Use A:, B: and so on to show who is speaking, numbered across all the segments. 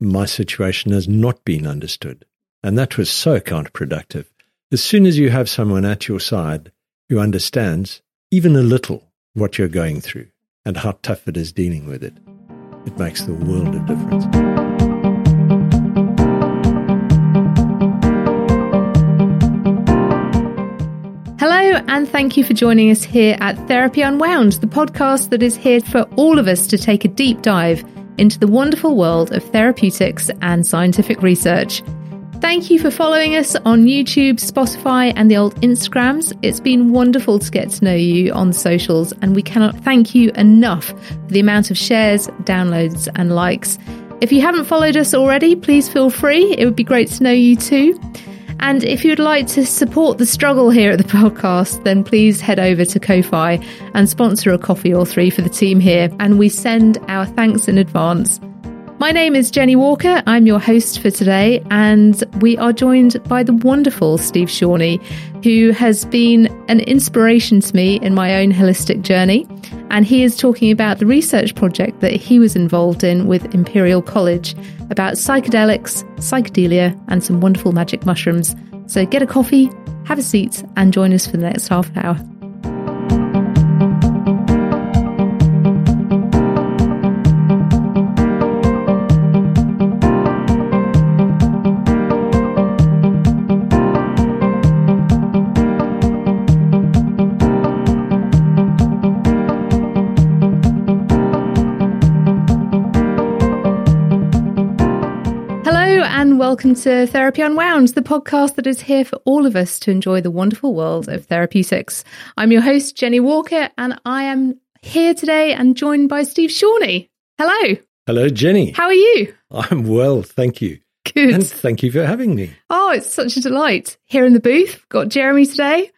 A: my situation has not been understood. And that was so counterproductive. As soon as you have someone at your side who understands even a little what you're going through and how tough it is dealing with it, it makes the world of difference.
B: Hello, and thank you for joining us here at Therapy Unwound, the podcast that is here for all of us to take a deep dive into the wonderful world of therapeutics and scientific research. Thank you for following us on YouTube, Spotify, and the old Instagrams. It's been wonderful to get to know you on socials, and we cannot thank you enough for the amount of shares, downloads, and likes. If you haven't followed us already, please feel free. It would be great to know you too. And if you'd like to support the struggle here at the podcast, then please head over to Ko-Fi and sponsor a coffee or three for the team here. And we send our thanks in advance. My name is Jenny Walker. I'm your host for today, and we are joined by the wonderful Steve Shawnee, who has been an inspiration to me in my own holistic journey. And he is talking about the research project that he was involved in with Imperial College about psychedelics, psychedelia, and some wonderful magic mushrooms. So get a coffee, have a seat, and join us for the next half an hour. Hello, and welcome to Therapy Unwound, the podcast that is here for all of us to enjoy the wonderful world of therapeutics. I'm your host, Jenny Walker, and I am here today and joined by Steve Shawnee. Hello,
A: Hello, Jenny.
B: how are you?
A: I'm well, thank you.
B: Good.
A: And thank you for having me.
B: oh, it's such a delight. Here in the booth, got Jeremy today,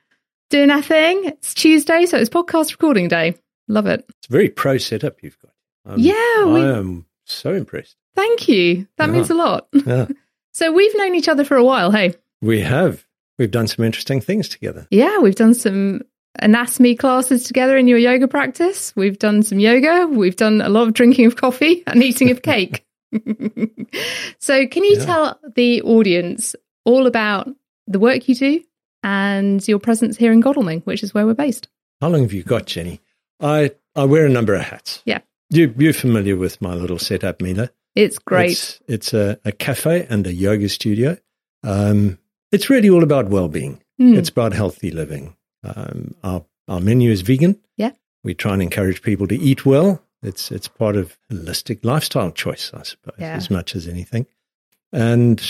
B: doing our thing. It's Tuesday, so it's podcast recording day. Love it.
A: It's a very pro setup you've got. I'm,
B: Yeah, we-
A: I am so impressed.
B: Thank you. That
A: Yeah.
B: means a lot.
A: Yeah,
B: So we've known each other for a while, hey?
A: we have. We've done some interesting things together.
B: Yeah, we've done some anatomy classes together in your yoga practice. We've done some yoga. We've done a lot of drinking of coffee and eating of cake. so, can you
A: Yeah.
B: tell the audience all about the work you do and your presence here in Godalming, which is where we're based?
A: How long have you got, Jenny? I, I wear a number of hats.
B: Yeah.
A: You, you're familiar with my little setup, Mila.
B: It's great.
A: It's, it's a, a cafe and a yoga studio. Um, it's really all about well being,
B: Mm.
A: it's about healthy living. Um, our, our menu is vegan.
B: Yeah.
A: We try and encourage people to eat well. It's, it's part of holistic lifestyle choice, I suppose,
B: Yeah.
A: as much as anything. And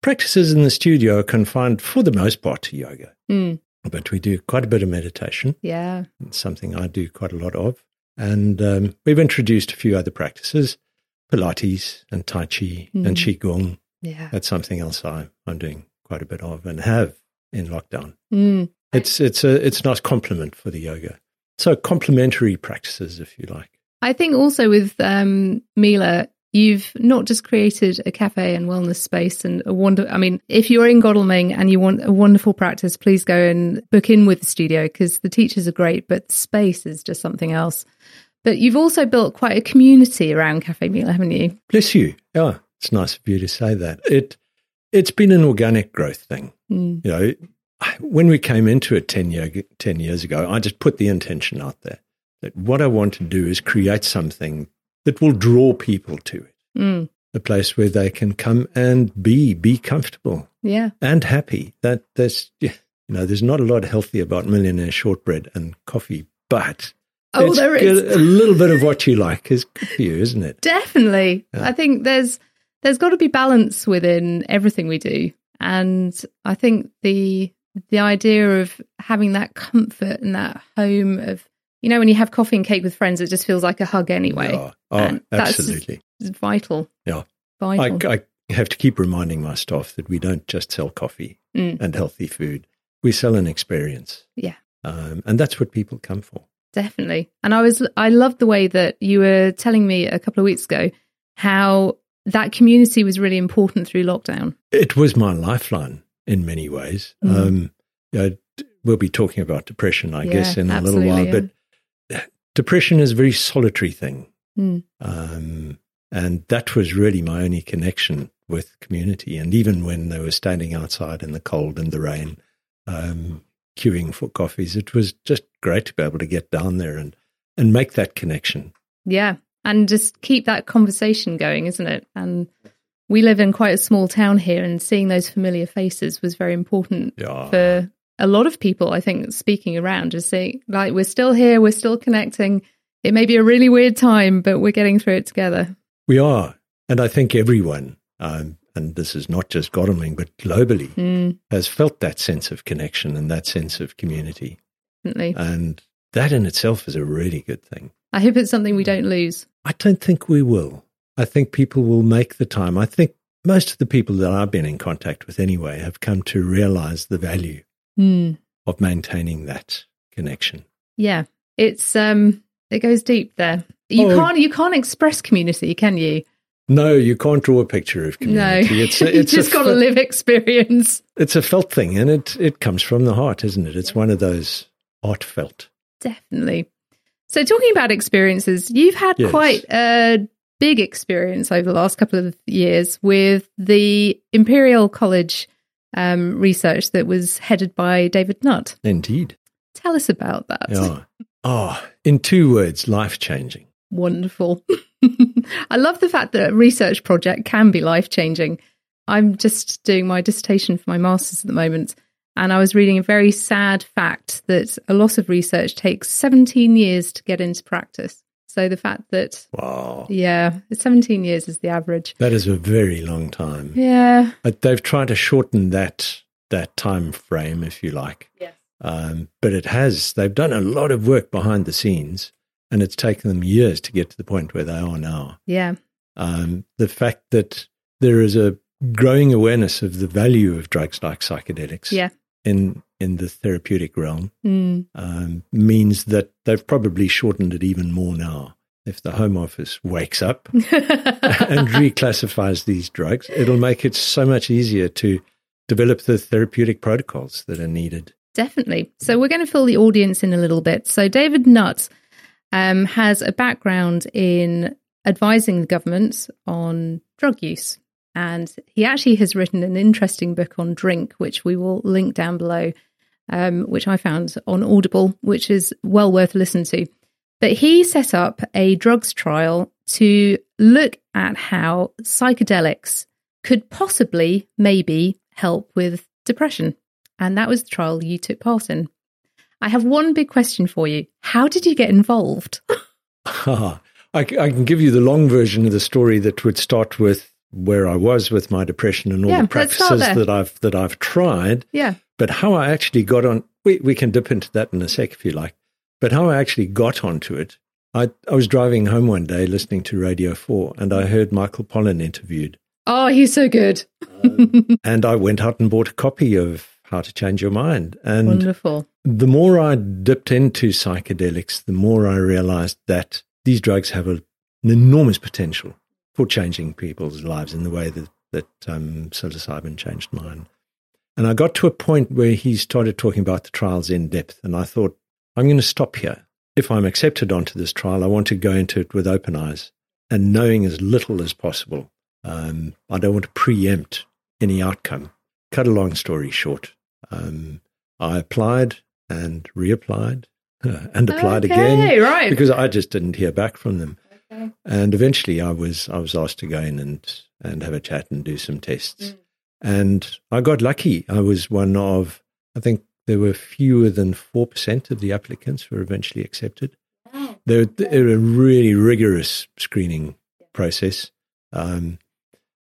A: practices in the studio are confined for the most part to yoga,
B: Mm.
A: but we do quite a bit of meditation.
B: Yeah.
A: It's something I do quite a lot of. And um, we've introduced a few other practices, Pilates and Tai Chi and
B: Mm.
A: Qigong.
B: Yeah.
A: That's something else I, I'm doing quite a bit of and have in lockdown.
B: Mm.
A: It's, it's, a, it's a nice complement for the yoga. So complementary practices, if you like.
B: I think also with um, Mila, you've not just created a cafe and wellness space and a wonder. I mean, if you're in Godalming and you want a wonderful practice, please go and book in with the studio because the teachers are great, but the space is just something else. But you've also built quite a community around Cafe Mila, haven't you?
A: Bless you. Yeah, it's nice of you to say that. It, it's been an organic growth thing.
B: Mm.
A: you know, I- when we came into it 10, year, 10 years ago, I just put the intention out there that what I want to do is create something that will draw people to it,
B: Mm.
A: a place where they can come and be, be comfortable
B: Yeah.
A: and happy. That there's, you know, there's not a lot healthy about millionaire shortbread and coffee, but
B: Oh,
A: it's
B: there is.
A: good- a little bit of what you like is good for you, isn't it?
B: Definitely.
A: Yeah.
B: I think there's there's got to be balance within everything we do. And I think the the idea of having that comfort and that home of you know when you have coffee and cake with friends it just feels like a hug anyway.
A: Yeah. Oh,
B: And that's-
A: absolutely.
B: It's vital.
A: Yeah. I,
B: Vital.
A: I have to keep reminding my staff that we don't just sell coffee
B: Mm.
A: and healthy food. We sell an experience.
B: Yeah.
A: Um, and that's what people come for.
B: Definitely. And I was I loved the way that you were telling me a couple of weeks ago how that community was really important through lockdown.
A: It was my lifeline in many ways.
B: Mm.
A: Um, you know, d- we'll be talking about depression, I
B: Yeah,
A: guess, in a little eh,
B: absolutely,
A: while.
B: yeah.
A: But depression is a very solitary thing.
B: Mm.
A: Um, And that was really my only connection with community. And even when they were standing outside in the cold and the rain, um, queuing for coffees, it was just great to be able to get down there and, and make that connection.
B: Yeah. And just keep that conversation going, isn't it? And we live in quite a small town here, and seeing those familiar faces was very important
A: Yeah.
B: for a lot of people, I think, speaking around, just saying, like, we're still here, we're still connecting. It may be a really weird time, but we're getting through it together.
A: We are. And I think everyone, um, and this is not just Godalming, but globally,
B: Mm,
A: has felt that sense of connection and that sense of community.
B: definitely.
A: And that in itself is a really good thing.
B: I hope it's something we don't lose.
A: I don't think we will. I think people will make the time. I think most of the people that I've been in contact with anyway have come to realize the value Hmm.
B: Mm,
A: of maintaining that connection.
B: yeah. It's, um, it goes deep there. You
A: Oh.
B: can't, you can't express community, can you?
A: No, you can't draw a picture of community.
B: No.
A: It's a,
B: you
A: it's
B: just
A: a
B: got to
A: fe-
B: live experience.
A: It's a felt thing, and it it comes from the heart, isn't it? It's one of those art felt.
B: Definitely. So, talking about experiences, you've had
A: Yes.
B: quite a big experience over the last couple of years with the Imperial College um, research that was headed by David Nutt.
A: Indeed.
B: Tell us about that.
A: Yeah. Ah, in two words, life changing.
B: Wonderful. I love the fact that a research project can be life changing. I'm just doing my dissertation for my master's at the moment, and I was reading a very sad fact that a lot of research takes 17 years to get into practice. So the fact that,
A: Wow.
B: yeah, 17 years is the average.
A: That is a very long time.
B: Yeah.
A: But they've tried to shorten that that time frame, if you like.
B: Yes.
A: Um, but it has. They've done a lot of work behind the scenes, and it's taken them years to get to the point where they are now.
B: Yeah.
A: Um, the fact that there is a growing awareness of the value of drugs like psychedelics
B: Yeah.
A: in in the therapeutic realm
B: Mm,
A: um, means that they've probably shortened it even more now. If the Home Office wakes up and reclassifies these drugs, it'll make it so much easier to develop the therapeutic protocols that are needed.
B: Definitely. So we're going to fill the audience in a little bit. So David Nutt um, has a background in advising the government on drug use, and he actually has written an interesting book on drink, which we will link down below, um, which I found on Audible, which is well worth a listen to. But he set up a drugs trial to look at how psychedelics could possibly, maybe, help with depression. And that was the trial you took part in. I have one big question for you. How did you get involved?
A: I, Ah, I can give you the long version of the story that would start with where I was with my depression and all the
B: Yeah, let's start
A: practices
B: there.
A: that I've that I've tried.
B: Yeah.
A: But how I actually got on, we, we can dip into that in a sec if you like. But how I actually got onto it, I, I was driving home one day listening to Radio 4 and I heard Michael Pollan interviewed.
B: Oh, he's so good. Hmm.
A: And I went out and bought a copy of How to Change Your Mind. And
B: Wonderful.
A: the more I dipped into psychedelics, the more I realized that these drugs have a, an enormous potential for changing people's lives in the way that, that um, psilocybin changed mine. And I got to a point where he started talking about the trials in depth, and I thought, I'm going to stop here. If I'm accepted onto this trial, I want to go into it with open eyes and knowing as little as possible. Um, I don't want to preempt any outcome. Cut a long story short, um, I applied and reapplied uh, and applied
B: okay,
A: again
B: right.
A: because I just didn't hear back from them.
B: Okay.
A: And eventually, I was I was asked to go in and and have a chat and do some
B: Mm.
A: tests. And I got lucky. I was one of I think there were fewer than four percent of the applicants who were eventually accepted. There there were a really rigorous screening process. Um,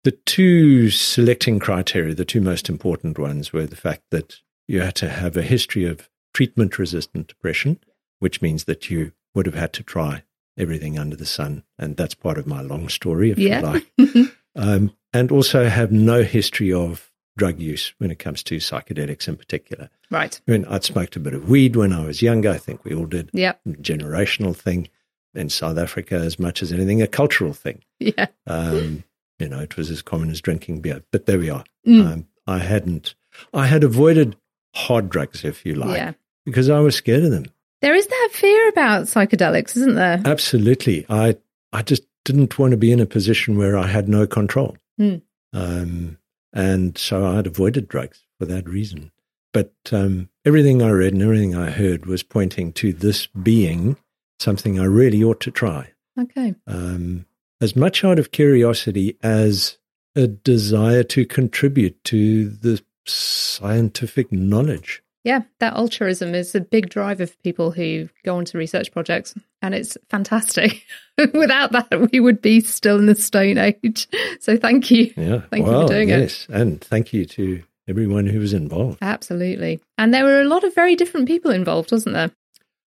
A: the two selecting criteria, the two most important ones, were the fact that you had to have a history of treatment resistant depression, which means that you would have had to try everything under the sun. And that's part of my long story, if
B: Yeah.
A: you like. Um, and also have no history of drug use when it comes to psychedelics in particular.
B: right.
A: I mean, I'd smoked a bit of weed when I was younger. I think we all did.
B: Yep.
A: Generational thing in South Africa, as much as anything, a cultural thing.
B: Yeah.
A: Um, you know, it was as common as drinking beer, but there we are.
B: Mm.
A: Um, I hadn't, I had avoided hard drugs, if you like,
B: Yeah.
A: because I was scared of them.
B: There is that fear about psychedelics, isn't there?
A: Absolutely. I, I just didn't want to be in a position where I had no control.
B: Mm.
A: Um, and so I'd avoided drugs for that reason. But um, everything I read and everything I heard was pointing to this being something I really ought to try.
B: Okay.
A: Um, as much out of curiosity as a desire to contribute to the scientific knowledge.
B: Yeah, that altruism is a big driver for people who go on to research projects, and it's fantastic. Without that, we would be still in the Stone Age. So thank you.
A: Yeah.
B: Thank you for doing it.
A: yes. And thank you to everyone who was involved.
B: Absolutely. And there were a lot of very different people involved, wasn't there?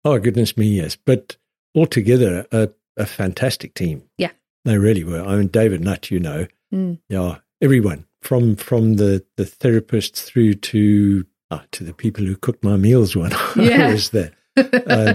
A: Oh, goodness me, yes. But altogether, a, a fantastic team.
B: Yeah.
A: They really were. I mean, David Nutt, you know.
B: Mm.
A: Yeah. Everyone from from the, the therapists through to ah, to the people who cooked my meals when
B: Yeah.
A: I was there. Uh,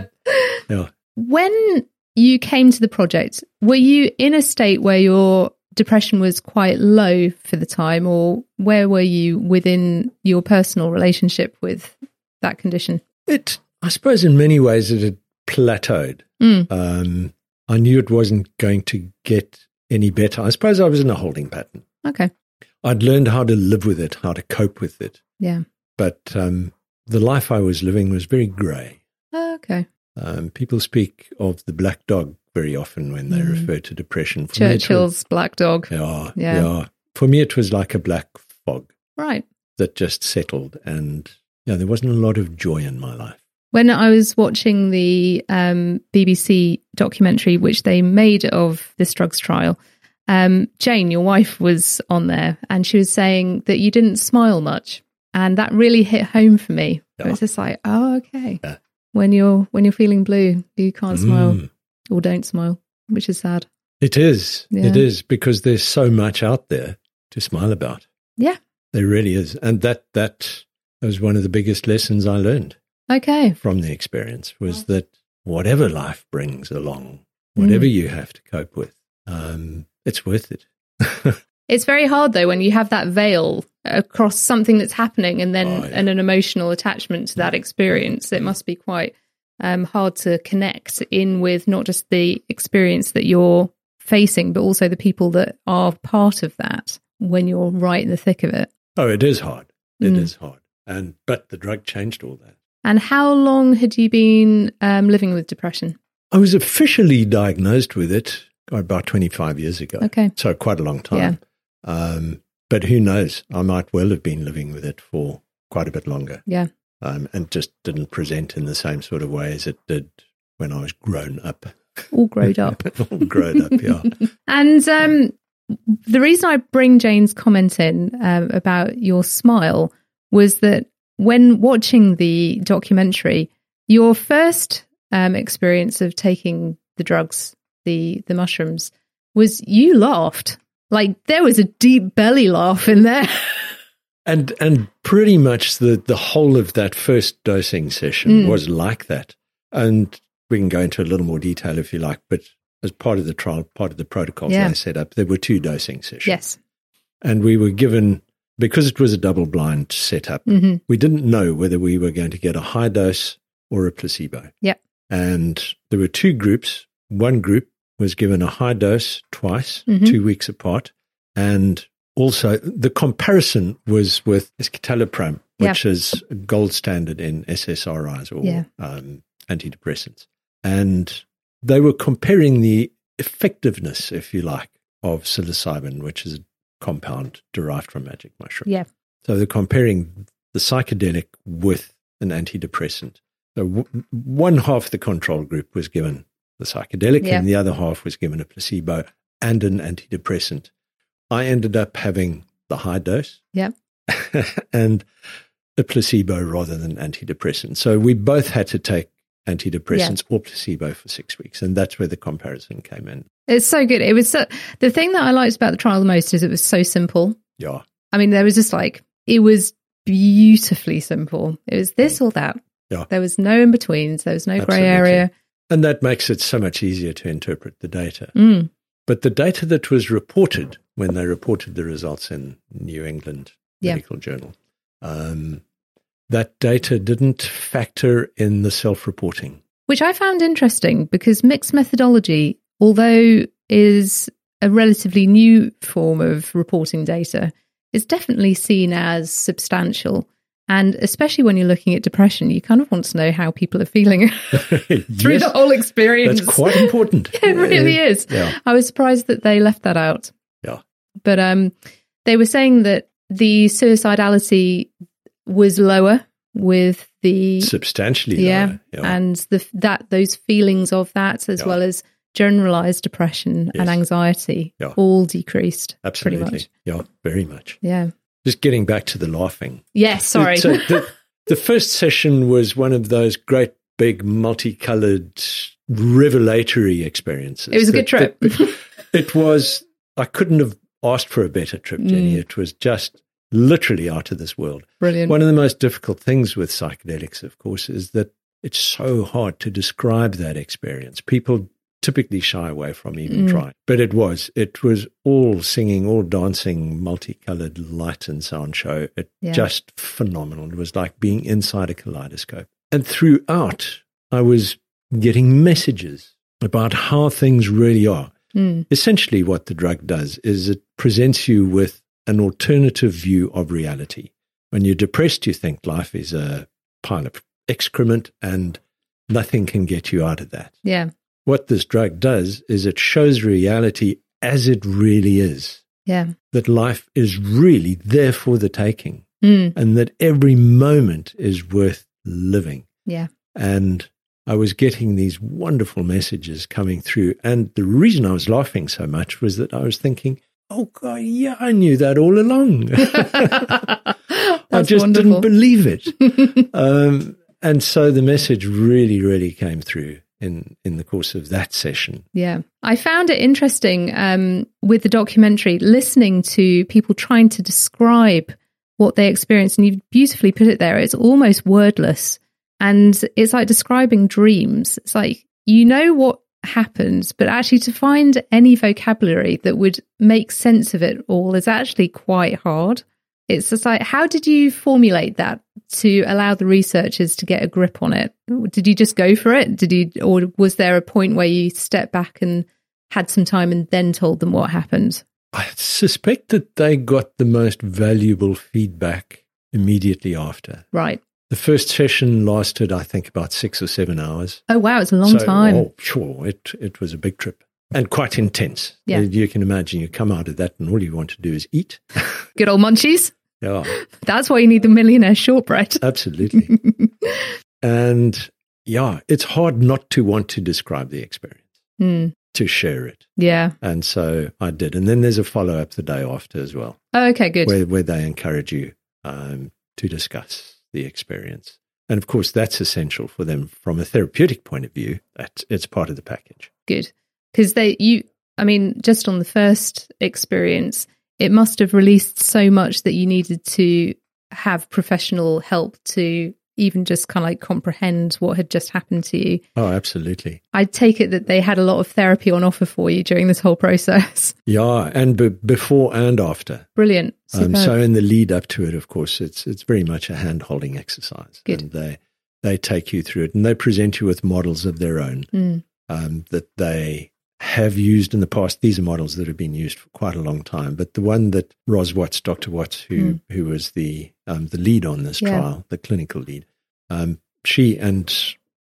A: yeah.
B: When you came to the project, were you in a state where your depression was quite low for the time, or where were you within your personal relationship with that condition?
A: It, I suppose, in many ways, it had plateaued.
B: Mm.
A: Um, I knew it wasn't going to get any better. I suppose I was in a holding pattern.
B: Okay.
A: I'd learned how to live with it, how to cope with it.
B: Yeah.
A: But um, the life I was living was very grey.
B: Okay.
A: Um, people speak of the black dog very often when they
B: Mm.
A: refer to depression. For me, it was-
B: Churchill's black dog.
A: yeah,
B: Yeah.
A: yeah, For me, it was like a black fog
B: Right.
A: that just settled, and yeah, there wasn't a lot of joy in my life.
B: When I was watching the um, BBC documentary, which they made of this drugs trial, um, Jane, your wife, was on there and she was saying that you didn't smile much. And that really hit home for me.
A: Yeah.
B: It's just like, oh, okay.
A: Yeah.
B: When you're when you're feeling blue, you can't smile
A: Mm.
B: or don't smile, which is sad.
A: It is. It
B: Yeah.
A: is because there's so much out there to smile about.
B: Yeah.
A: There really is. And that that was one of the biggest lessons I learned
B: Okay.
A: from the experience was that whatever life brings along, whatever
B: Mm.
A: you have to cope with, um, it's worth it.
B: It's very hard though when you have that veil across something that's happening and then
A: Oh, yeah.
B: and an emotional attachment to that experience. It must be quite um, hard to connect in with not just the experience that you're facing, but also the people that are part of that when you're right in the thick of it.
A: Oh, it is hard. It is
B: Mm.
A: hard. And but the drug changed all that.
B: And how long had you been um, living with depression?
A: I was officially diagnosed with it oh, about 25 years ago.
B: Okay.
A: So quite a long time. Um, but who knows? I might well have been living with it for quite a bit longer
B: Yeah.
A: um, and just didn't present in the same sort of way as it did when I was grown up.
B: All grown up.
A: All grown up, yeah.
B: And um, the reason I bring Jane's comment in um, about your smile was that when watching the documentary, your first um, experience of taking the drugs, the the mushrooms, was you laughed. Like there was a deep belly laugh in there.
A: And and pretty much the, the whole of that first dosing session
B: Mm.
A: was like that. And we can go into a little more detail if you like, but as part of the trial, part of the protocols
B: Yeah.
A: they set up, there were two dosing sessions.
B: yes.
A: And we were given because it was a double blind setup,
B: hmm
A: we didn't know whether we were going to get a high dose or a placebo.
B: Yep.
A: And there were two groups. One group was given a high dose twice,
B: Mhm.
A: two weeks apart. And also the comparison was with escitalopram,
B: Yeah.
A: which is a gold standard in SSRIs or
B: Yeah.
A: um, antidepressants. And they were comparing the effectiveness, if you like, of psilocybin, which is a compound derived from magic mushroom.
B: Yeah.
A: So they're comparing the psychedelic with an antidepressant. So w- one half the control group was given the psychedelic,
B: Yeah.
A: and the other half was given a placebo and an antidepressant. I ended up having the high dose.
B: Yeah.
A: and a placebo rather than antidepressant. So we both had to take antidepressants or placebo for six weeks, and that's where the comparison came in.
B: It's so good. It was so, the thing that I liked about the trial the most is it was so simple.
A: Yeah,
B: I mean, there was just like it was beautifully simple. It was this or that.
A: Mm. Yeah.
B: There was no in betweens. There was no grey
A: Absolutely.
B: area.
A: and that makes it so much easier to interpret the data.
B: Mm.
A: But the data that was reported when they reported the results in New England
B: Yeah.
A: Medical Journal, um, that data didn't factor in the self-reporting.
B: Which I found interesting because mixed methodology, although is a relatively new form of reporting data, it's definitely seen as substantial. And especially when you're looking at depression, you kind of want to know how people are feeling through
A: Yes,
B: the whole experience.
A: that's quite important.
B: it really
A: Uh,
B: is.
A: Yeah.
B: I was surprised that they left that out.
A: Yeah.
B: But um, they were saying that the suicidality was lower with the
A: Substantially.
B: Yeah, Uh,
A: lower.
B: and the that those feelings of that as
A: Yeah.
B: well as generalized depression
A: Yes.
B: and anxiety
A: Yeah.
B: all decreased pretty
A: Absolutely.
B: much.
A: Yeah, very much.
B: yeah
A: Just getting back to the laughing.
B: yes sorry
A: So the, the first session was one of those great big multicolored revelatory experiences.
B: it was a good
A: That-
B: trip
A: that- it was, I couldn't have asked for a better trip, Jenny.
B: Mm.
A: It was just literally out of this world.
B: brilliant
A: One of the most difficult things with psychedelics, of course, is that it's so hard to describe that experience. People typically shy away from even
B: Mm.
A: trying, but it was. It was all singing, all dancing, multicolored light and sound show. It
B: Yeah.
A: just phenomenal. It was like being inside a kaleidoscope. And throughout, I was getting messages about how things really are.
B: Mm,
A: Essentially, what the drug does is it presents you with an alternative view of reality. When you're depressed, you think life is a pile of excrement and nothing can get you out of that.
B: yeah
A: What this drug does is it shows reality as it really is,
B: yeah
A: that life is really there for the taking
B: Mm,
A: and that every moment is worth living
B: yeah
A: and I was getting these wonderful messages coming through. And the reason I was laughing so much was that I was thinking, oh, God, yeah, I knew that all along. I
B: that's
A: just didn't
B: wonderful
A: believe it. um, and so the message really, really came through in, in the course of that session.
B: Yeah. I found it interesting um, with the documentary, listening to people trying to describe what they experienced. And you've beautifully put it there. It's almost wordless. And it's like describing dreams. It's like, you know what happens, but actually to find any vocabulary that would make sense of it all is actually quite hard. It's just like, how did you formulate that to allow the researchers to get a grip on it? Did you just go for it? Did you, or was there a point where you stepped back and had some time and then told them what happened?
A: I suspect that they got the most valuable feedback immediately after.
B: Right.
A: The first session lasted, I think, about six or seven hours.
B: Oh, wow. It's a long
A: So-
B: time.
A: Oh, sure. It, it was a big trip and quite intense.
B: Yeah.
A: You- You can imagine you come out of that and all you want to do is eat.
B: Good old munchies.
A: yeah,
B: That's why you need the millionaire shortbread.
A: absolutely. and yeah, it's hard not to want to describe the experience,
B: Hmm.
A: to share it.
B: yeah.
A: And so I did. And then there's a follow up the day after as well,
B: Oh, okay. Good.
A: where, where they encourage you um, to discuss the experience. And of course, that's essential for them from a therapeutic point of view. That it's part of the package.
B: good because they you i mean just on the first experience it must have released so much that you needed to have professional help to even just kind of like comprehend what had just happened to you
A: Oh, absolutely.
B: i take it that they had a lot of therapy on offer for you during this whole process
A: Yeah, and b- before and after.
B: brilliant
A: Um,
B: Superb.
A: so in the lead up to it, of course, it's it's very much a hand holding exercise,
B: Good.
A: and they they take you through it, and they present you with models of their own
B: Mm,
A: um, that they have used in the past. These are models that have been used for quite a long time, but the one that Ros Watts, Dr. Watts, who who was the um, the lead on this
B: Yeah.
A: trial, the clinical lead, um, she and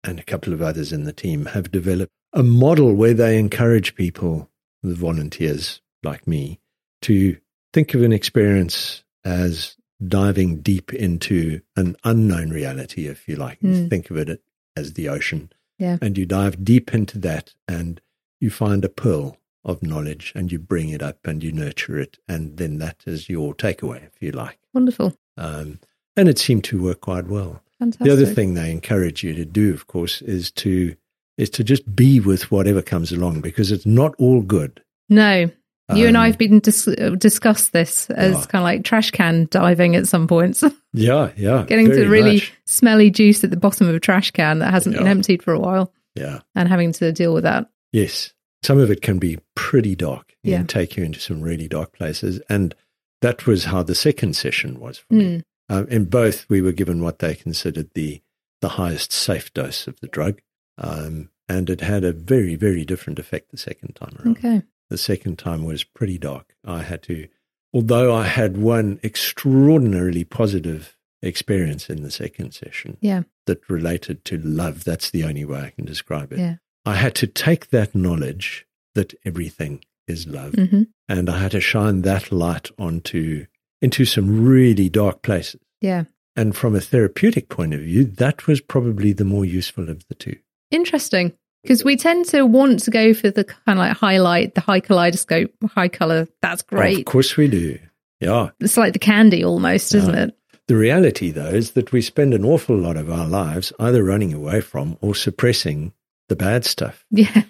A: and a couple of others in the team have developed a model where they encourage people, the volunteers like me, to think of an experience as diving deep into an unknown reality, if you like.
B: Mm.
A: Think of it as the ocean
B: yeah
A: and you dive deep into that and you find a pearl of knowledge and you bring it up and you nurture it and then that is your takeaway if you like
B: wonderful
A: um, and it seemed to work quite well
B: fantastic
A: the other thing they encourage you to do of course is to is to just be with whatever comes along because it's not all good
B: no you and
A: Um, Oh.
B: I have been dis- uh, discussed this as
A: Yeah.
B: kind of like trash can diving at some points,
A: yeah yeah
B: getting to
A: very
B: really
A: much.
B: smelly juice at the bottom of a trash can that hasn't been
A: Yeah.
B: emptied for a while.
A: yeah
B: and having to deal with that.
A: Yes. Some of it can be pretty dark and
B: Yeah.
A: take you into some really dark places. And that was how the second session was for me.
B: Mm.
A: Um, in both, we were given what they considered the, the highest safe dose of the drug. Um, and it had a very, very different effect the second time around.
B: Okay.
A: The second time was pretty dark. I had to, although I had one extraordinarily positive experience in the second session
B: Yeah.
A: that related to love. That's the only way I can describe it.
B: Yeah.
A: I had to take that knowledge that everything is love
B: hmm
A: and I had to shine that light onto into some really dark places.
B: Yeah.
A: And from a therapeutic point of view, that was probably the more useful of the two.
B: Interesting. Because we tend to want to go for the kind of like highlight, the high kaleidoscope, high color. That's
A: Of
B: great.
A: course we do. Yeah.
B: It's like the candy almost, isn't
A: Yeah.
B: it?
A: The reality though is that we spend an awful lot of our lives either running away from or suppressing the bad stuff.
B: Yeah.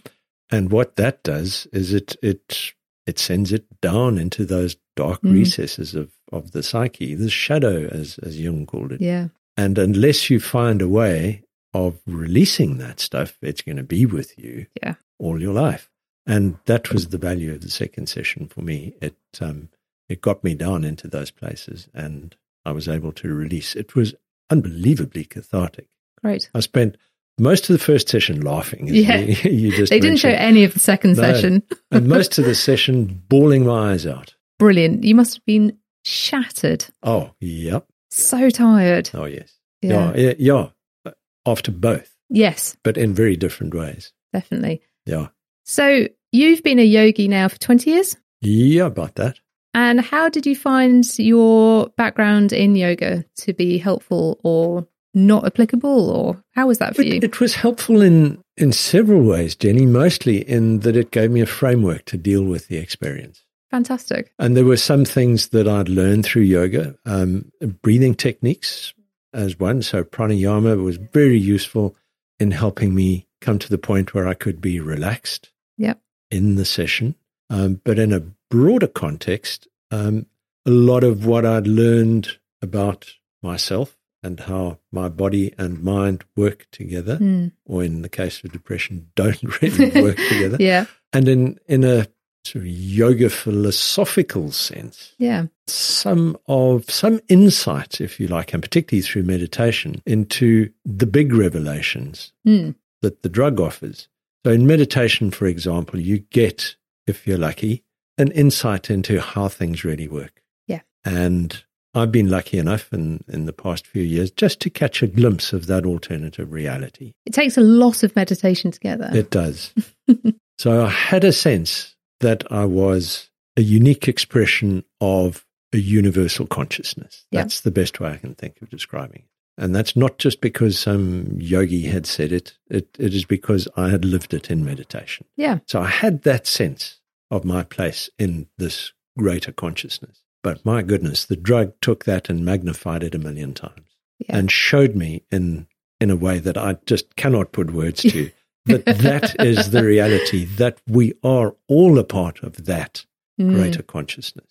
A: And what that does is it it it sends it down into those dark
B: Mm.
A: recesses of, of the psyche, the shadow as as Jung called it.
B: Yeah.
A: And unless you find a way of releasing that stuff, it's going to be with you
B: Yeah.
A: all your life. And that was the value of the second session for me. It um, it got me down into those places, and I was able to release. It was unbelievably cathartic.
B: Great.
A: I spent most of the first session laughing. as
B: Yeah.
A: you, you just
B: They didn't show
A: mentioned.
B: any of the second
A: No.
B: session.
A: and most of the session bawling my eyes out.
B: Brilliant. You must have been shattered.
A: Oh, yep.
B: So tired.
A: Oh, yes.
B: Yeah.
A: yeah, yeah. yeah. After both,
B: Yes,
A: but in very different ways.
B: definitely.
A: Yeah.
B: So you've been a yogi now for 20 years.
A: Yeah, about that.
B: And how did you find your background in yoga to be helpful or not applicable? Or how was that for you?
A: It, it was helpful in in several ways, Jenny. Mostly in that it gave me a framework to deal with the experience.
B: Fantastic.
A: And there were some things that I'd learned through yoga, um, breathing techniques as one. So pranayama was very useful in helping me come to the point where I could be relaxed
B: Yep.
A: in the session. Um, but in a broader context, um, a lot of what I'd learned about myself and how my body and mind work together,
B: Mm.
A: or in the case of depression, don't really work together.
B: Yeah.
A: And in, in a sort of yoga philosophical sense,
B: Yeah.
A: some of some insight, if you like, and particularly through meditation, into the big revelations
B: Mm.
A: that the drug offers. So, in meditation, for example, you get, if you're lucky, an insight into how things really work.
B: Yeah.
A: And I've been lucky enough in, in the past few years just to catch a glimpse of that alternative reality.
B: It takes a lot of meditation together.
A: It does. so I had a sense that I was a unique expression of a universal consciousness.
B: Yeah.
A: That's the best way I can think of describing it. And that's not just because some yogi had said it, it, it is because I had lived it in meditation.
B: yeah.
A: So I had that sense of my place in this greater consciousness. But my goodness, the drug took that and magnified it a million times
B: Yeah.
A: and showed me in in a way that I just cannot put words to that that is the reality that we are all a part of that
B: Mm.
A: greater consciousness.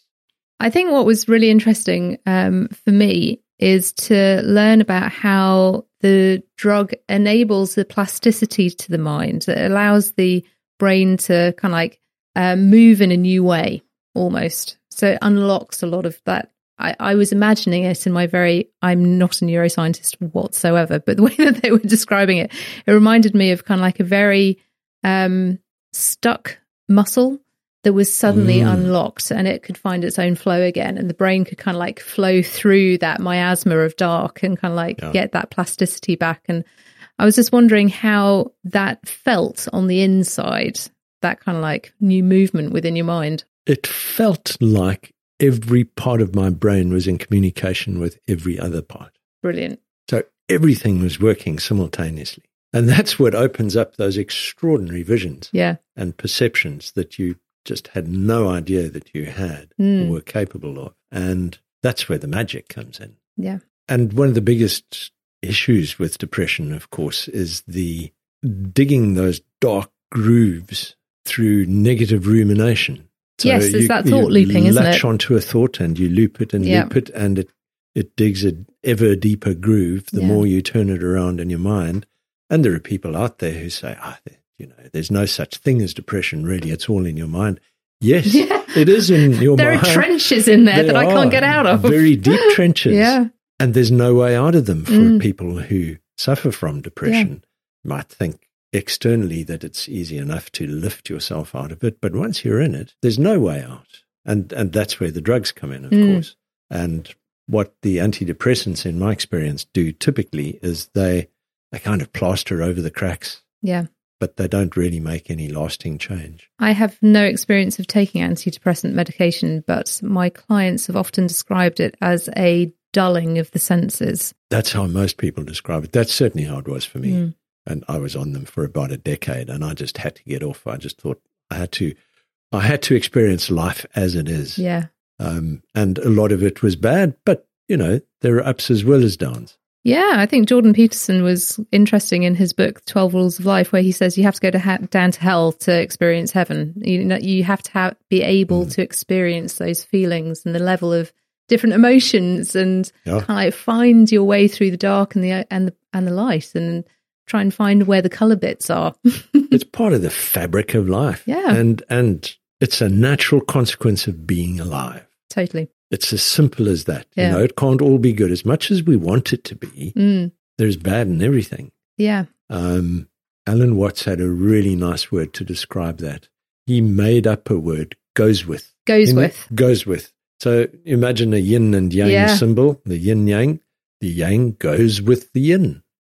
B: I think what was really interesting um, for me is to learn about how the drug enables the plasticity to the mind that allows the brain to kind of like uh, move in a new way almost. So it unlocks a lot of that. I, I was imagining it in my very, I'm not a neuroscientist whatsoever, but the way that they were describing it, it reminded me of kind of like a very um, stuck muscle that was suddenly
A: Mm.
B: unlocked and it could find its own flow again. And the brain could kind of like flow through that miasma of dark and kind of like
A: Yeah.
B: get that plasticity back. And I was just wondering how that felt on the inside, that kind of like new movement within your mind.
A: It felt like every part of my brain was in communication with every other part.
B: Brilliant.
A: So everything was working simultaneously. And that's what opens up those extraordinary visions
B: Yeah.
A: and perceptions that you just had no idea that you had
B: Mm.
A: or were capable of. And that's where the magic comes in.
B: Yeah.
A: And one of the biggest issues with depression, of course, is the digging those dark grooves through negative rumination.
B: Yes, it's that thought looping, isn't
A: latch
B: it?
A: onto a thought and you loop it and
B: Yeah.
A: loop it, and it, it digs an ever deeper groove the
B: Yeah.
A: more you turn it around in your mind. And there are people out there who say, ah, there- you know, there's no such thing as depression, really. It's all in your mind. Yes,
B: Yeah.
A: it is in your
B: There are
A: mind.
B: trenches in there,
A: Oh They
B: that I
A: are
B: can't get out of.
A: Very deep trenches
B: yeah.
A: and there's no way out of them for
B: Mm.
A: people who suffer from depression might think externally that it's easy enough to lift yourself out of it. But once you're in it, there's no way out. And, and that's where the drugs come in, of
B: Mm.
A: course. And what the antidepressants, in my experience, do typically is they, they kind of plaster over the cracks,
B: Yeah.
A: but they don't really make any lasting change.
B: I have no experience of taking antidepressant medication, but my clients have often described it as a dulling of the senses.
A: That's how most people describe it. That's certainly how it was for me.
B: Mm.
A: And I was on them for about a decade and I just had to get off. I just thought I had to, I had to experience life as it is.
B: Yeah.
A: Um, and a lot of it was bad, but you know, there are ups as well as downs.
B: Yeah, I think Jordan Peterson was interesting in his book, 12 Rules of Life, where he says you have to go to ha- down to hell to experience heaven. You know, you have to ha- be able
A: Mm.
B: to experience those feelings and the level of different emotions and
A: Yeah.
B: kind of find your way through the dark and the and the and the light and try and find where the color bits are.
A: it's part of the fabric of life.
B: Yeah.
A: And, and it's a natural consequence of being alive.
B: totally.
A: It's as simple as that.
B: Yeah.
A: You know, it can't all be good as much as we want it to be.
B: Mm,
A: There's bad in everything.
B: yeah.
A: Um, Alan Watts had a really nice word to describe that. He made up a word, goes with.
B: Goes
A: In-
B: with.
A: Goes with. So imagine a yin and yang
B: Yeah.
A: symbol, the yin yang. The yang goes with the yin.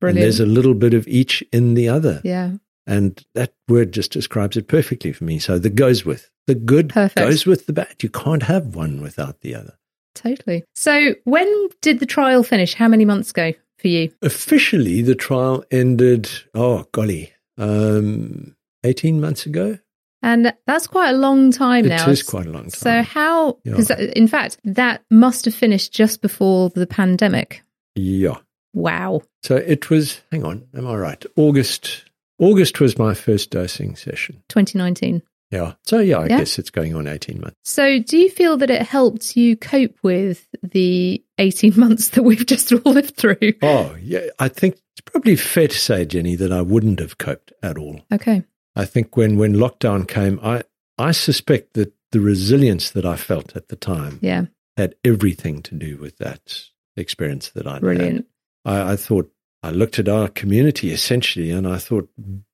A: And
B: Brilliant.
A: there's a little bit of each in the other.
B: yeah.
A: And that word just describes it perfectly for me. So the goes with. The good
B: Perfect.
A: goes with the bad. You can't have one without the other.
B: Totally. So, when did the trial finish? How many months ago for you?
A: Officially, the trial ended, oh, golly, um, 18 months ago.
B: And that's quite a long time
A: It
B: now.
A: is quite a long time.
B: So, how,
A: Yeah.
B: because in fact, that must have finished just before the pandemic.
A: yeah.
B: Wow.
A: So it was, hang on, am I right? August. August was my first dosing session.
B: 2019.
A: Yeah. So yeah, I
B: Yeah.
A: guess it's going on 18 months.
B: So, do you feel that it helped you cope with the 18 months that we've just all lived through?
A: Oh, yeah. I think it's probably fair to say, Jenny, that I wouldn't have coped at all.
B: Okay.
A: I think when, when lockdown came, I, I suspect that the resilience that I felt at the time
B: Yeah.
A: had everything to do with that experience that I had.
B: Brilliant.
A: I, I thought I looked at our community essentially, and I thought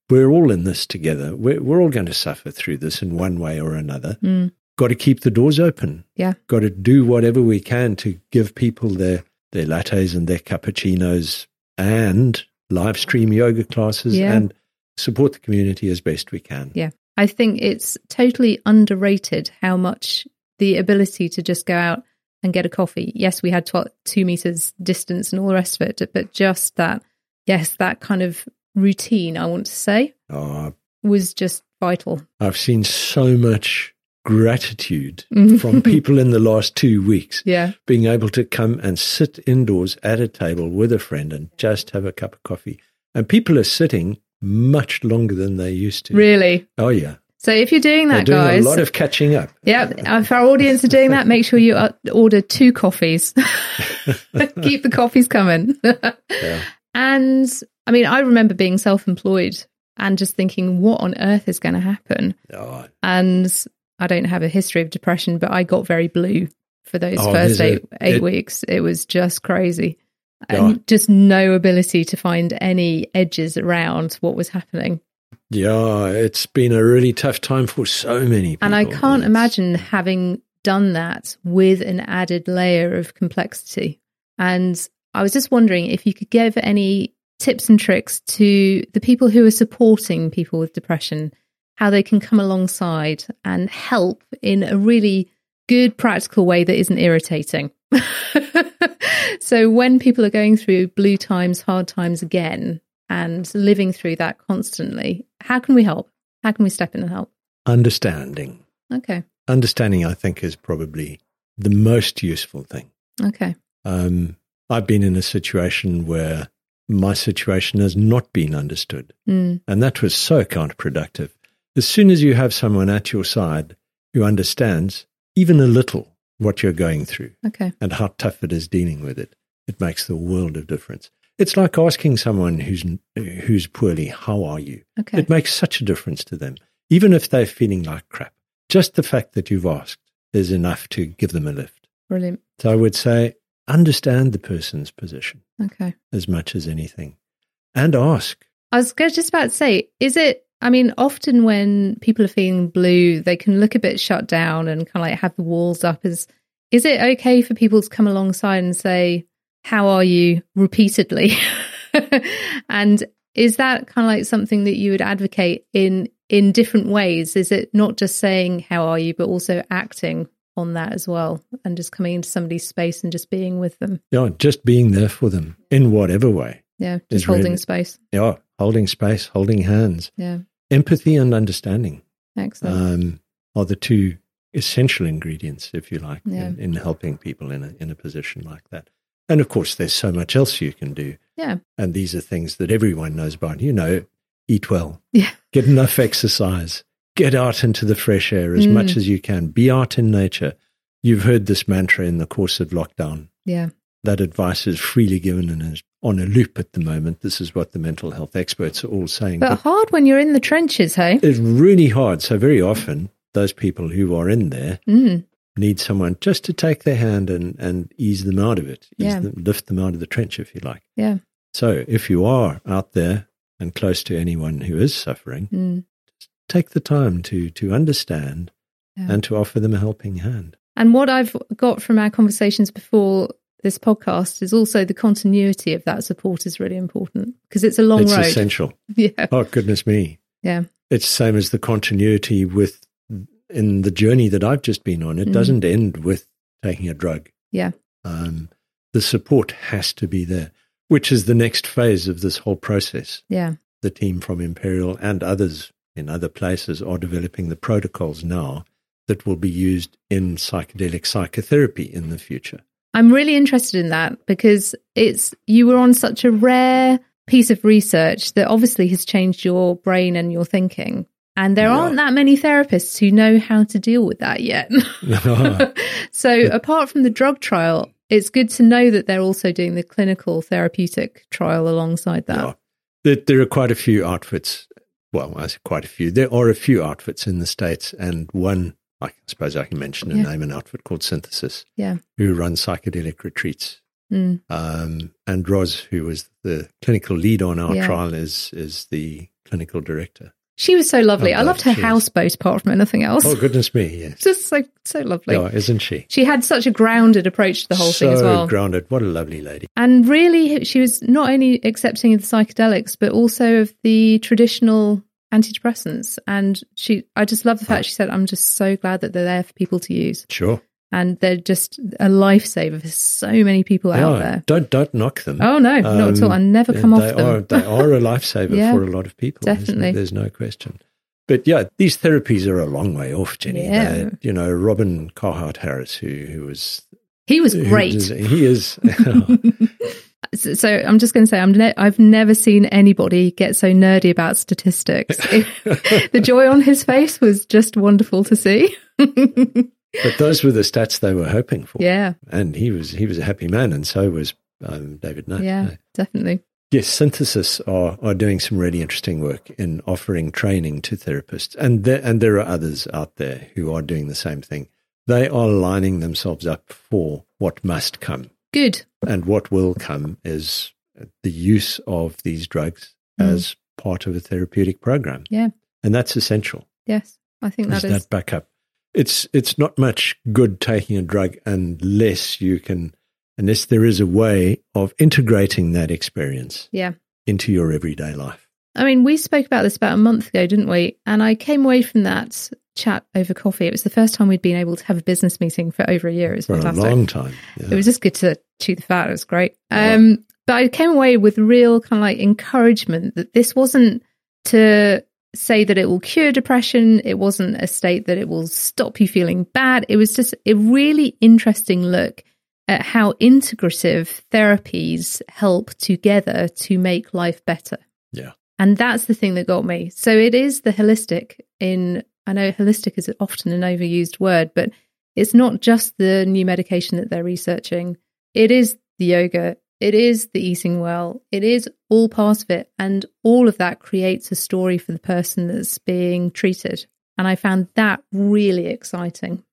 A: we're all in this together. We're, we're all going to suffer through this in one way or another.
B: Mm.
A: Got to keep the doors open.
B: Yeah.
A: Got to do whatever we can to give people their their lattes and their cappuccinos and live stream yoga classes
B: Yeah.
A: and support the community as best we can.
B: Yeah. I think it's totally underrated how much the ability to just go out and get a coffee. Yes, we had tw- two meters distance and all the rest of it, but just that, yes, that kind of routine, I want to say,
A: Oh,
B: was just vital.
A: I've seen so much gratitude
B: Mm-hmm.
A: from people in the last two weeks.
B: Yeah.
A: being able to come and sit indoors at a table with a friend and just have a cup of coffee. And people are sitting much longer than they used to.
B: Really.
A: Oh, yeah.
B: So if you're doing
A: They're
B: that,
A: doing
B: guys,
A: a lot of catching up.
B: yeah, if our audience are doing that, make sure you uh, order two coffees. Keep the coffees coming.
A: Yeah.
B: And I mean, I remember being self employed and just thinking, what on earth is going to happen?
A: Oh,
B: And I don't have a history of depression, but I got very blue for those
A: Oh,
B: first
A: is it-
B: eight, eight
A: it-
B: weeks. It was just crazy.
A: Yeah.
B: And just no ability to find any edges around what was happening.
A: yeah. It's been a really tough time for so many people.
B: And I can't
A: It's-
B: imagine having done that with an added layer of complexity. And I was just wondering if you could give any tips and tricks to the people who are supporting people with depression, how they can come alongside and help in a really good, practical way that isn't irritating. so when people are going through blue times, hard times again, and living through that constantly, how can we help? How can we step in and help?
A: Understanding.
B: Okay.
A: Understanding, I think, is probably the most useful thing.
B: Okay.
A: Um, I've been in a situation where my situation has not been understood.
B: Mm,
A: And that was so counterproductive. As soon as you have someone at your side who understands even a little what you're going through
B: okay.
A: and how tough it is dealing with it, it makes the world of difference. It's like asking someone who's, who's poorly, How are you?
B: Okay.
A: It makes such a difference to them, even if they're feeling like crap. Just the fact that you've asked is enough to give them a lift.
B: Brilliant.
A: So I would say understand the person's position
B: Okay.
A: as much as anything and ask
B: I was go- just about to say, is it? I mean, often when people are feeling blue, they can look a bit shut down and kind of like have the walls up. Is is it okay for people to come alongside and say, "How are you?" repeatedly? and is that kind of like something that you would advocate in in different ways? Is it not just saying "How are you," but also acting on that as well, and just coming into somebody's space and just being with them?
A: Yeah, just being there for them in whatever way.
B: Yeah, just
A: It's
B: holding
A: really-
B: space.
A: Yeah, holding space, holding hands,
B: Yeah,
A: empathy and understanding
B: excellent.
A: um, are the two essential ingredients, if you like,
B: Yeah.
A: in, in helping people in a in a position like that. And of course, there's so much else you can do.
B: yeah,
A: And these are things that everyone knows about. You know, eat well,
B: yeah,
A: get enough exercise, get out into the fresh air as
B: Mm.
A: much as you can, be out in nature. You've heard this mantra in the course of lockdown.
B: yeah.
A: That advice is freely given and is on a loop at the moment. This is what the mental health experts are all saying.
B: But hard when you're in the trenches, hey?
A: It's really hard. So very often, those people who are in there
B: Mm,
A: need someone just to take their hand and, and ease them out of it, ease
B: Yeah.
A: them, lift them out of the trench, if you like.
B: yeah.
A: So if you are out there and close to anyone who is suffering,
B: Mm.
A: take the time to to understand
B: Yeah.
A: and to offer them a helping hand.
B: And what I've got from our conversations before this podcast is also the continuity of that support is really important because it's a long
A: it's
B: road.
A: essential.
B: Yeah,
A: Oh goodness me!
B: yeah,
A: It's the same as the continuity with in the journey that I've just been on. It
B: Mm.
A: doesn't end with taking a drug.
B: yeah,
A: Um, the support has to be there, which is the next phase of this whole process.
B: yeah,
A: the team from Imperial and others in other places are developing the protocols now that will be used in psychedelic psychotherapy in the future.
B: I'm really interested in that because it's you were on such a rare piece of research that obviously has changed your brain and your thinking. And there
A: Yeah.
B: aren't that many therapists who know how to deal with that yet. so apart from the drug trial, it's good to know that they're also doing the clinical therapeutic trial alongside that.
A: Yeah. There, there are quite a few outfits. Well, I say quite a few. There are a few outfits in the States, and one, I suppose I can mention a
B: Yeah.
A: name, an outfit called Synthesis,
B: Yeah.
A: who run psychedelic retreats.
B: Mm,
A: Um, and Roz, who was the clinical lead on our
B: Yeah.
A: trial, is is the clinical director.
B: She was so lovely.
A: Oh,
B: I loved her
A: she was.
B: houseboat apart from anything else.
A: Oh, goodness me, yes.
B: Just so so lovely.
A: Yeah, isn't she?
B: She had such a grounded approach to the whole
A: so
B: thing as well.
A: grounded. What a lovely lady.
B: And really, she was not only accepting of the psychedelics, but also of the traditional antidepressants. And she, I just love the fact she said, "I'm just so glad that they're there for people to use,
A: Sure.
B: and they're just a lifesaver for so many people out there."
A: Oh, Don't don't knock them.
B: Oh no, not at all. I never
A: Um,
B: come
A: they
B: off them.
A: Are, they are a lifesaver
B: Yeah,
A: for a lot of people. There's no-
B: definitely.
A: There's no, question. But yeah, these therapies are a long way off, Jenny.
B: Yeah.
A: They- you know, Robin Carhart Harris, who who was
B: he was
A: who
B: great.
A: does- he is.
B: So, so I'm just going to say, I'm ne- I've never seen anybody get so nerdy about statistics. the joy on his face was just wonderful to see.
A: but those were the stats they were hoping for.
B: yeah,
A: And he was he was a happy man, and so was um, David Nutt.
B: yeah, definitely.
A: Yes, Synthesis are, are doing some really interesting work in offering training to therapists, and there, and there are others out there who are doing the same thing. They are lining themselves up for what must come,
B: Good.
A: and what will come is the use of these drugs as part of a therapeutic program,
B: Mm. Yeah.
A: and that's essential.
B: Yes, I think
A: Is
B: that is.
A: that backup? It's it's not much good taking a drug unless you can, unless there is a way of integrating that experience
B: Yeah.
A: into your everyday life.
B: I mean, we spoke about this about a month ago, didn't we? And I came away from that chat over coffee. It was the first time we'd been able to have a business meeting for over a year. It was
A: For a
B: fantastic.
A: long time. Yeah.
B: It was just good to chew the fat. It was great. Um, But I came away with real kind of like encouragement that this wasn't to say that it will cure depression. It wasn't a state that it will stop you feeling bad. It was just a really interesting look at how integrative therapies help together to make life better.
A: Yeah.
B: And that's the thing that got me. So it is the holistic in I know holistic is often an overused word, but it's not just the new medication that they're researching. It is the yoga, it is the eating well, it is all part of it and all of that creates a story for the person that's being treated. And I found that really exciting.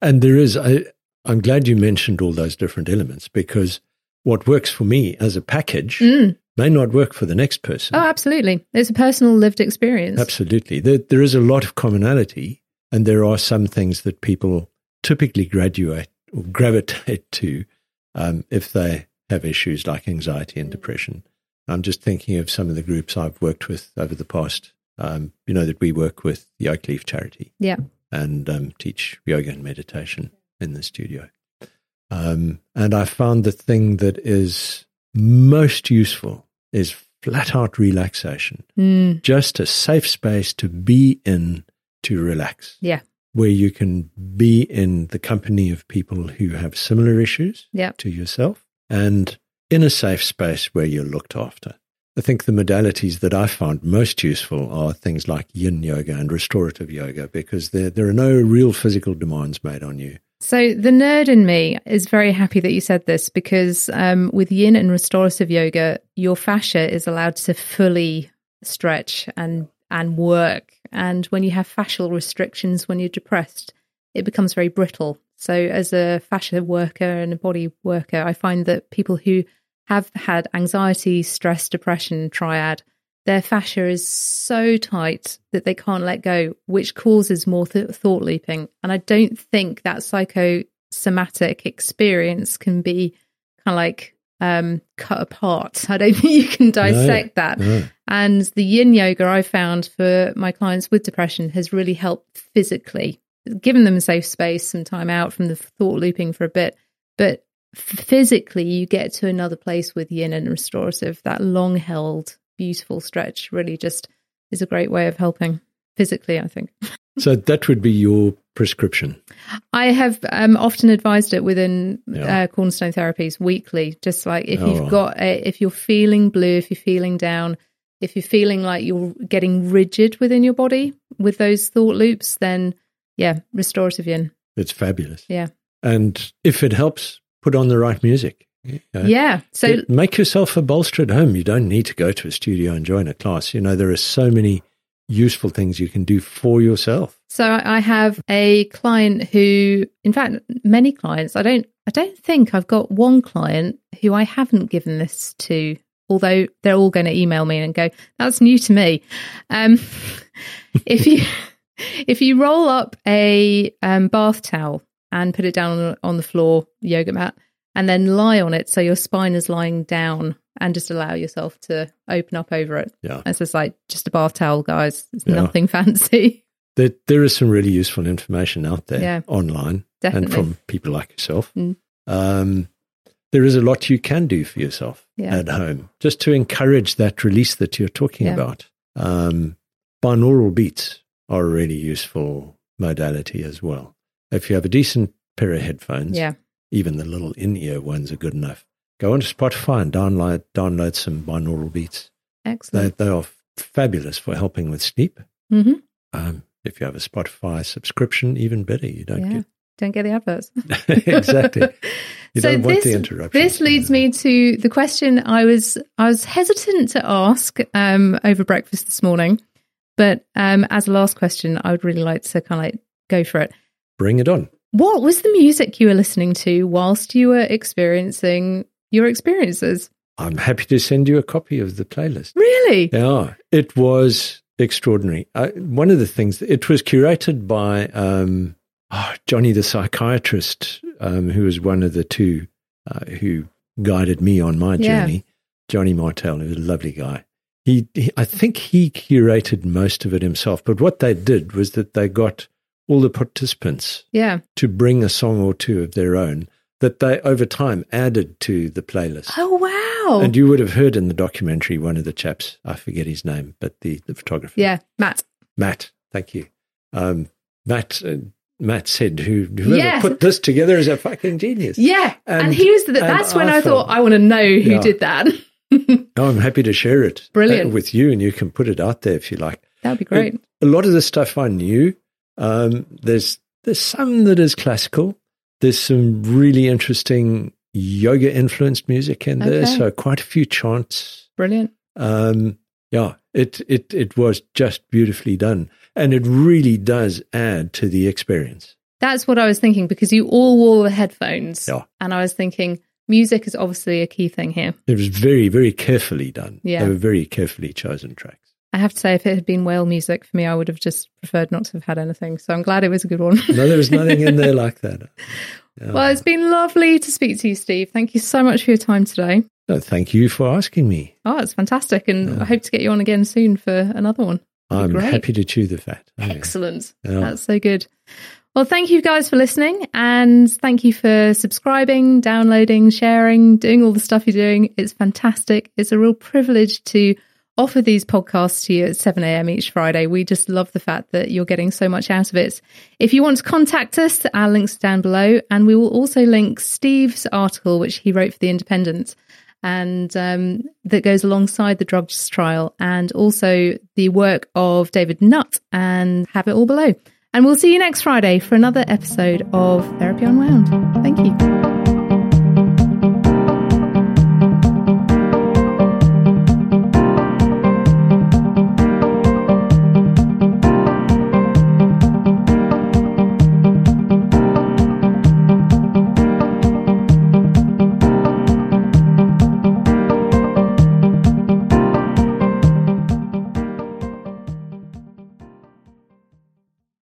A: and there is, I, I'm glad you mentioned all those different elements because what works for me as a package
B: Mm,
A: may not work for the next person.
B: Oh, absolutely. It's a personal lived experience.
A: Absolutely. There, there is a lot of commonality, and there are some things that people typically graduate or gravitate to um, if they have issues like anxiety and depression. I'm just thinking of some of the groups I've worked with over the past. Um, you know, that we work with the Oak Leaf Charity
B: Yeah.
A: and um, teach yoga and meditation in the studio. Um, and I found the thing that is most useful is flat out relaxation,
B: Mm,
A: just a safe space to be in to relax,
B: yeah.
A: where you can be in the company of people who have similar issues
B: Yeah.
A: to yourself and in a safe space where you're looked after. I think the modalities that I found most useful are things like yin yoga and restorative yoga because there, there are no real physical demands made on you.
B: So the nerd in me is very happy that you said this because um, with yin and restorative yoga, your fascia is allowed to fully stretch and and work. And when you have fascial restrictions, when you're depressed, it becomes very brittle. So as a fascia worker and a body worker, I find that people who have had anxiety, stress, depression triad, their fascia is so tight that they can't let go, which causes more th- thought looping. And I don't think that psychosomatic experience can be kind of like um, cut apart. I don't think you can dissect that.
A: No.
B: And the yin yoga I found for my clients with depression has really helped physically, given them a safe space, some time out from the thought looping for a bit. But f- physically, you get to another place with yin and restorative. That long held, beautiful stretch really just is a great way of helping physically, I think.
A: So that would be your prescription.
B: I have um, often advised it within
A: Yeah.
B: uh, Cornerstone Therapies weekly. Just like if
A: Oh,
B: you've
A: right.
B: got, a, if you're feeling blue, if you're feeling down, if you're feeling like you're getting rigid within your body with those thought loops, then yeah, restorative yin.
A: It's fabulous.
B: Yeah,
A: And if it helps, put on the right music. You know,
B: yeah. So
A: It- make yourself a bolster at home. You don't need to go to a studio and join a class. You know, there are so many useful things you can do for yourself.
B: So I I have a client who, in fact, many clients. I don't. I don't think I've got one client who I haven't given this to. Although they're all going to email me and go, "That's new to me." Um, if you if you roll up a um, bath towel and put it down on, on the floor yoga mat, and then lie on it so your spine is lying down, and just allow yourself to open up over it.
A: Yeah.
B: it's just like just a bath towel, guys. It's
A: Yeah.
B: nothing fancy.
A: There, there is some really useful information out there
B: Yeah.
A: online
B: Definitely.
A: and from people like yourself.
B: Mm.
A: Um, there is a lot you can do for yourself
B: Yeah.
A: at home just to encourage that release that you're talking
B: Yeah.
A: about. Um, binaural beats are a really useful modality as well. If you have a decent pair of headphones,
B: Yeah.
A: even the little in ear ones are good enough. Go onto Spotify and download, download some binaural beats. They,
B: Excellent.
A: they are fabulous for helping with sleep.
B: hmm
A: Um, if you have a Spotify subscription, even better. You don't
B: Yeah. Don't get the adverts.
A: get exactly. You
B: so
A: don't want the
B: this,
A: interruption.
B: this leads me to the question I was I was hesitant to ask um, over breakfast this morning, but um, as a last question, I would really like to kind of like go for it.
A: Bring it on.
B: What was the music you were listening to whilst you were experiencing your experiences?
A: I'm happy to send you a copy of the playlist.
B: Really?
A: Yeah, it was extraordinary. I, one of the things it was curated by um, oh, Johnny the psychiatrist, um, who was one of the two uh, who guided me on my
B: Yeah.
A: journey. Johnny Martel, who's a lovely guy. He, he, I think he curated most of it himself. But what they did was that they got all the participants
B: Yeah.
A: to bring a song or two of their own that they over time added to the playlist.
B: Oh wow.
A: And you would have heard in the documentary one of the chaps, I forget his name, but the, the photographer.
B: yeah, Matt.
A: Matt, thank you. Um, Matt, uh, Matt said, who, whoever
B: Yes.
A: put this together is a fucking genius.
B: Yeah, and,
A: And-
B: he was. The,
A: and
B: that's when
A: I
B: I thought
A: thought-
B: I want to know who
A: Yeah.
B: did that.
A: Oh, I'm happy to share it.
B: Brilliant.
A: uh, With you, and you can put it out there if you like.
B: That'd be great.
A: a lot of the stuff I knew. Um, there's there's some that is classical. There's some really interesting yoga influenced music in there.
B: Okay.
A: So quite a few chants.
B: Brilliant.
A: Um, yeah, it it it was just beautifully done, and it really does add to the experience.
B: That's what I was thinking because you all wore the headphones.
A: Yeah.
B: And I was thinking, Music is obviously a key thing here.
A: It was very, very carefully done.
B: Yeah.
A: They were very carefully chosen tracks.
B: I have to say, if it had been whale music for me, I would have just preferred not to have had anything. So I'm glad it was a good one.
A: No, there was nothing in there like that. Yeah.
B: well, it's been lovely to speak to you, Steve. Thank you so much for your time today.
A: No, thank you for asking me.
B: Oh, it's fantastic. And I hope to get you on again soon for another one.
A: I'm
B: great.
A: happy to chew the fat. Oh, yeah.
B: Excellent.
A: Yeah.
B: That's so good. Well, thank you guys for listening and thank you for subscribing, downloading, sharing, doing all the stuff you're doing. It's fantastic. It's a real privilege to offer these podcasts to you at 7 a.m. each Friday. We just love the fact that you're getting so much out of it. If you want to contact us, our links are down below and we will also link Steve's article, which he wrote for The Independent and um, that goes alongside the drugs trial and also the work of David Nutt and have it all below. And we'll see you next Friday for another episode of Therapy Unwound. Thank you.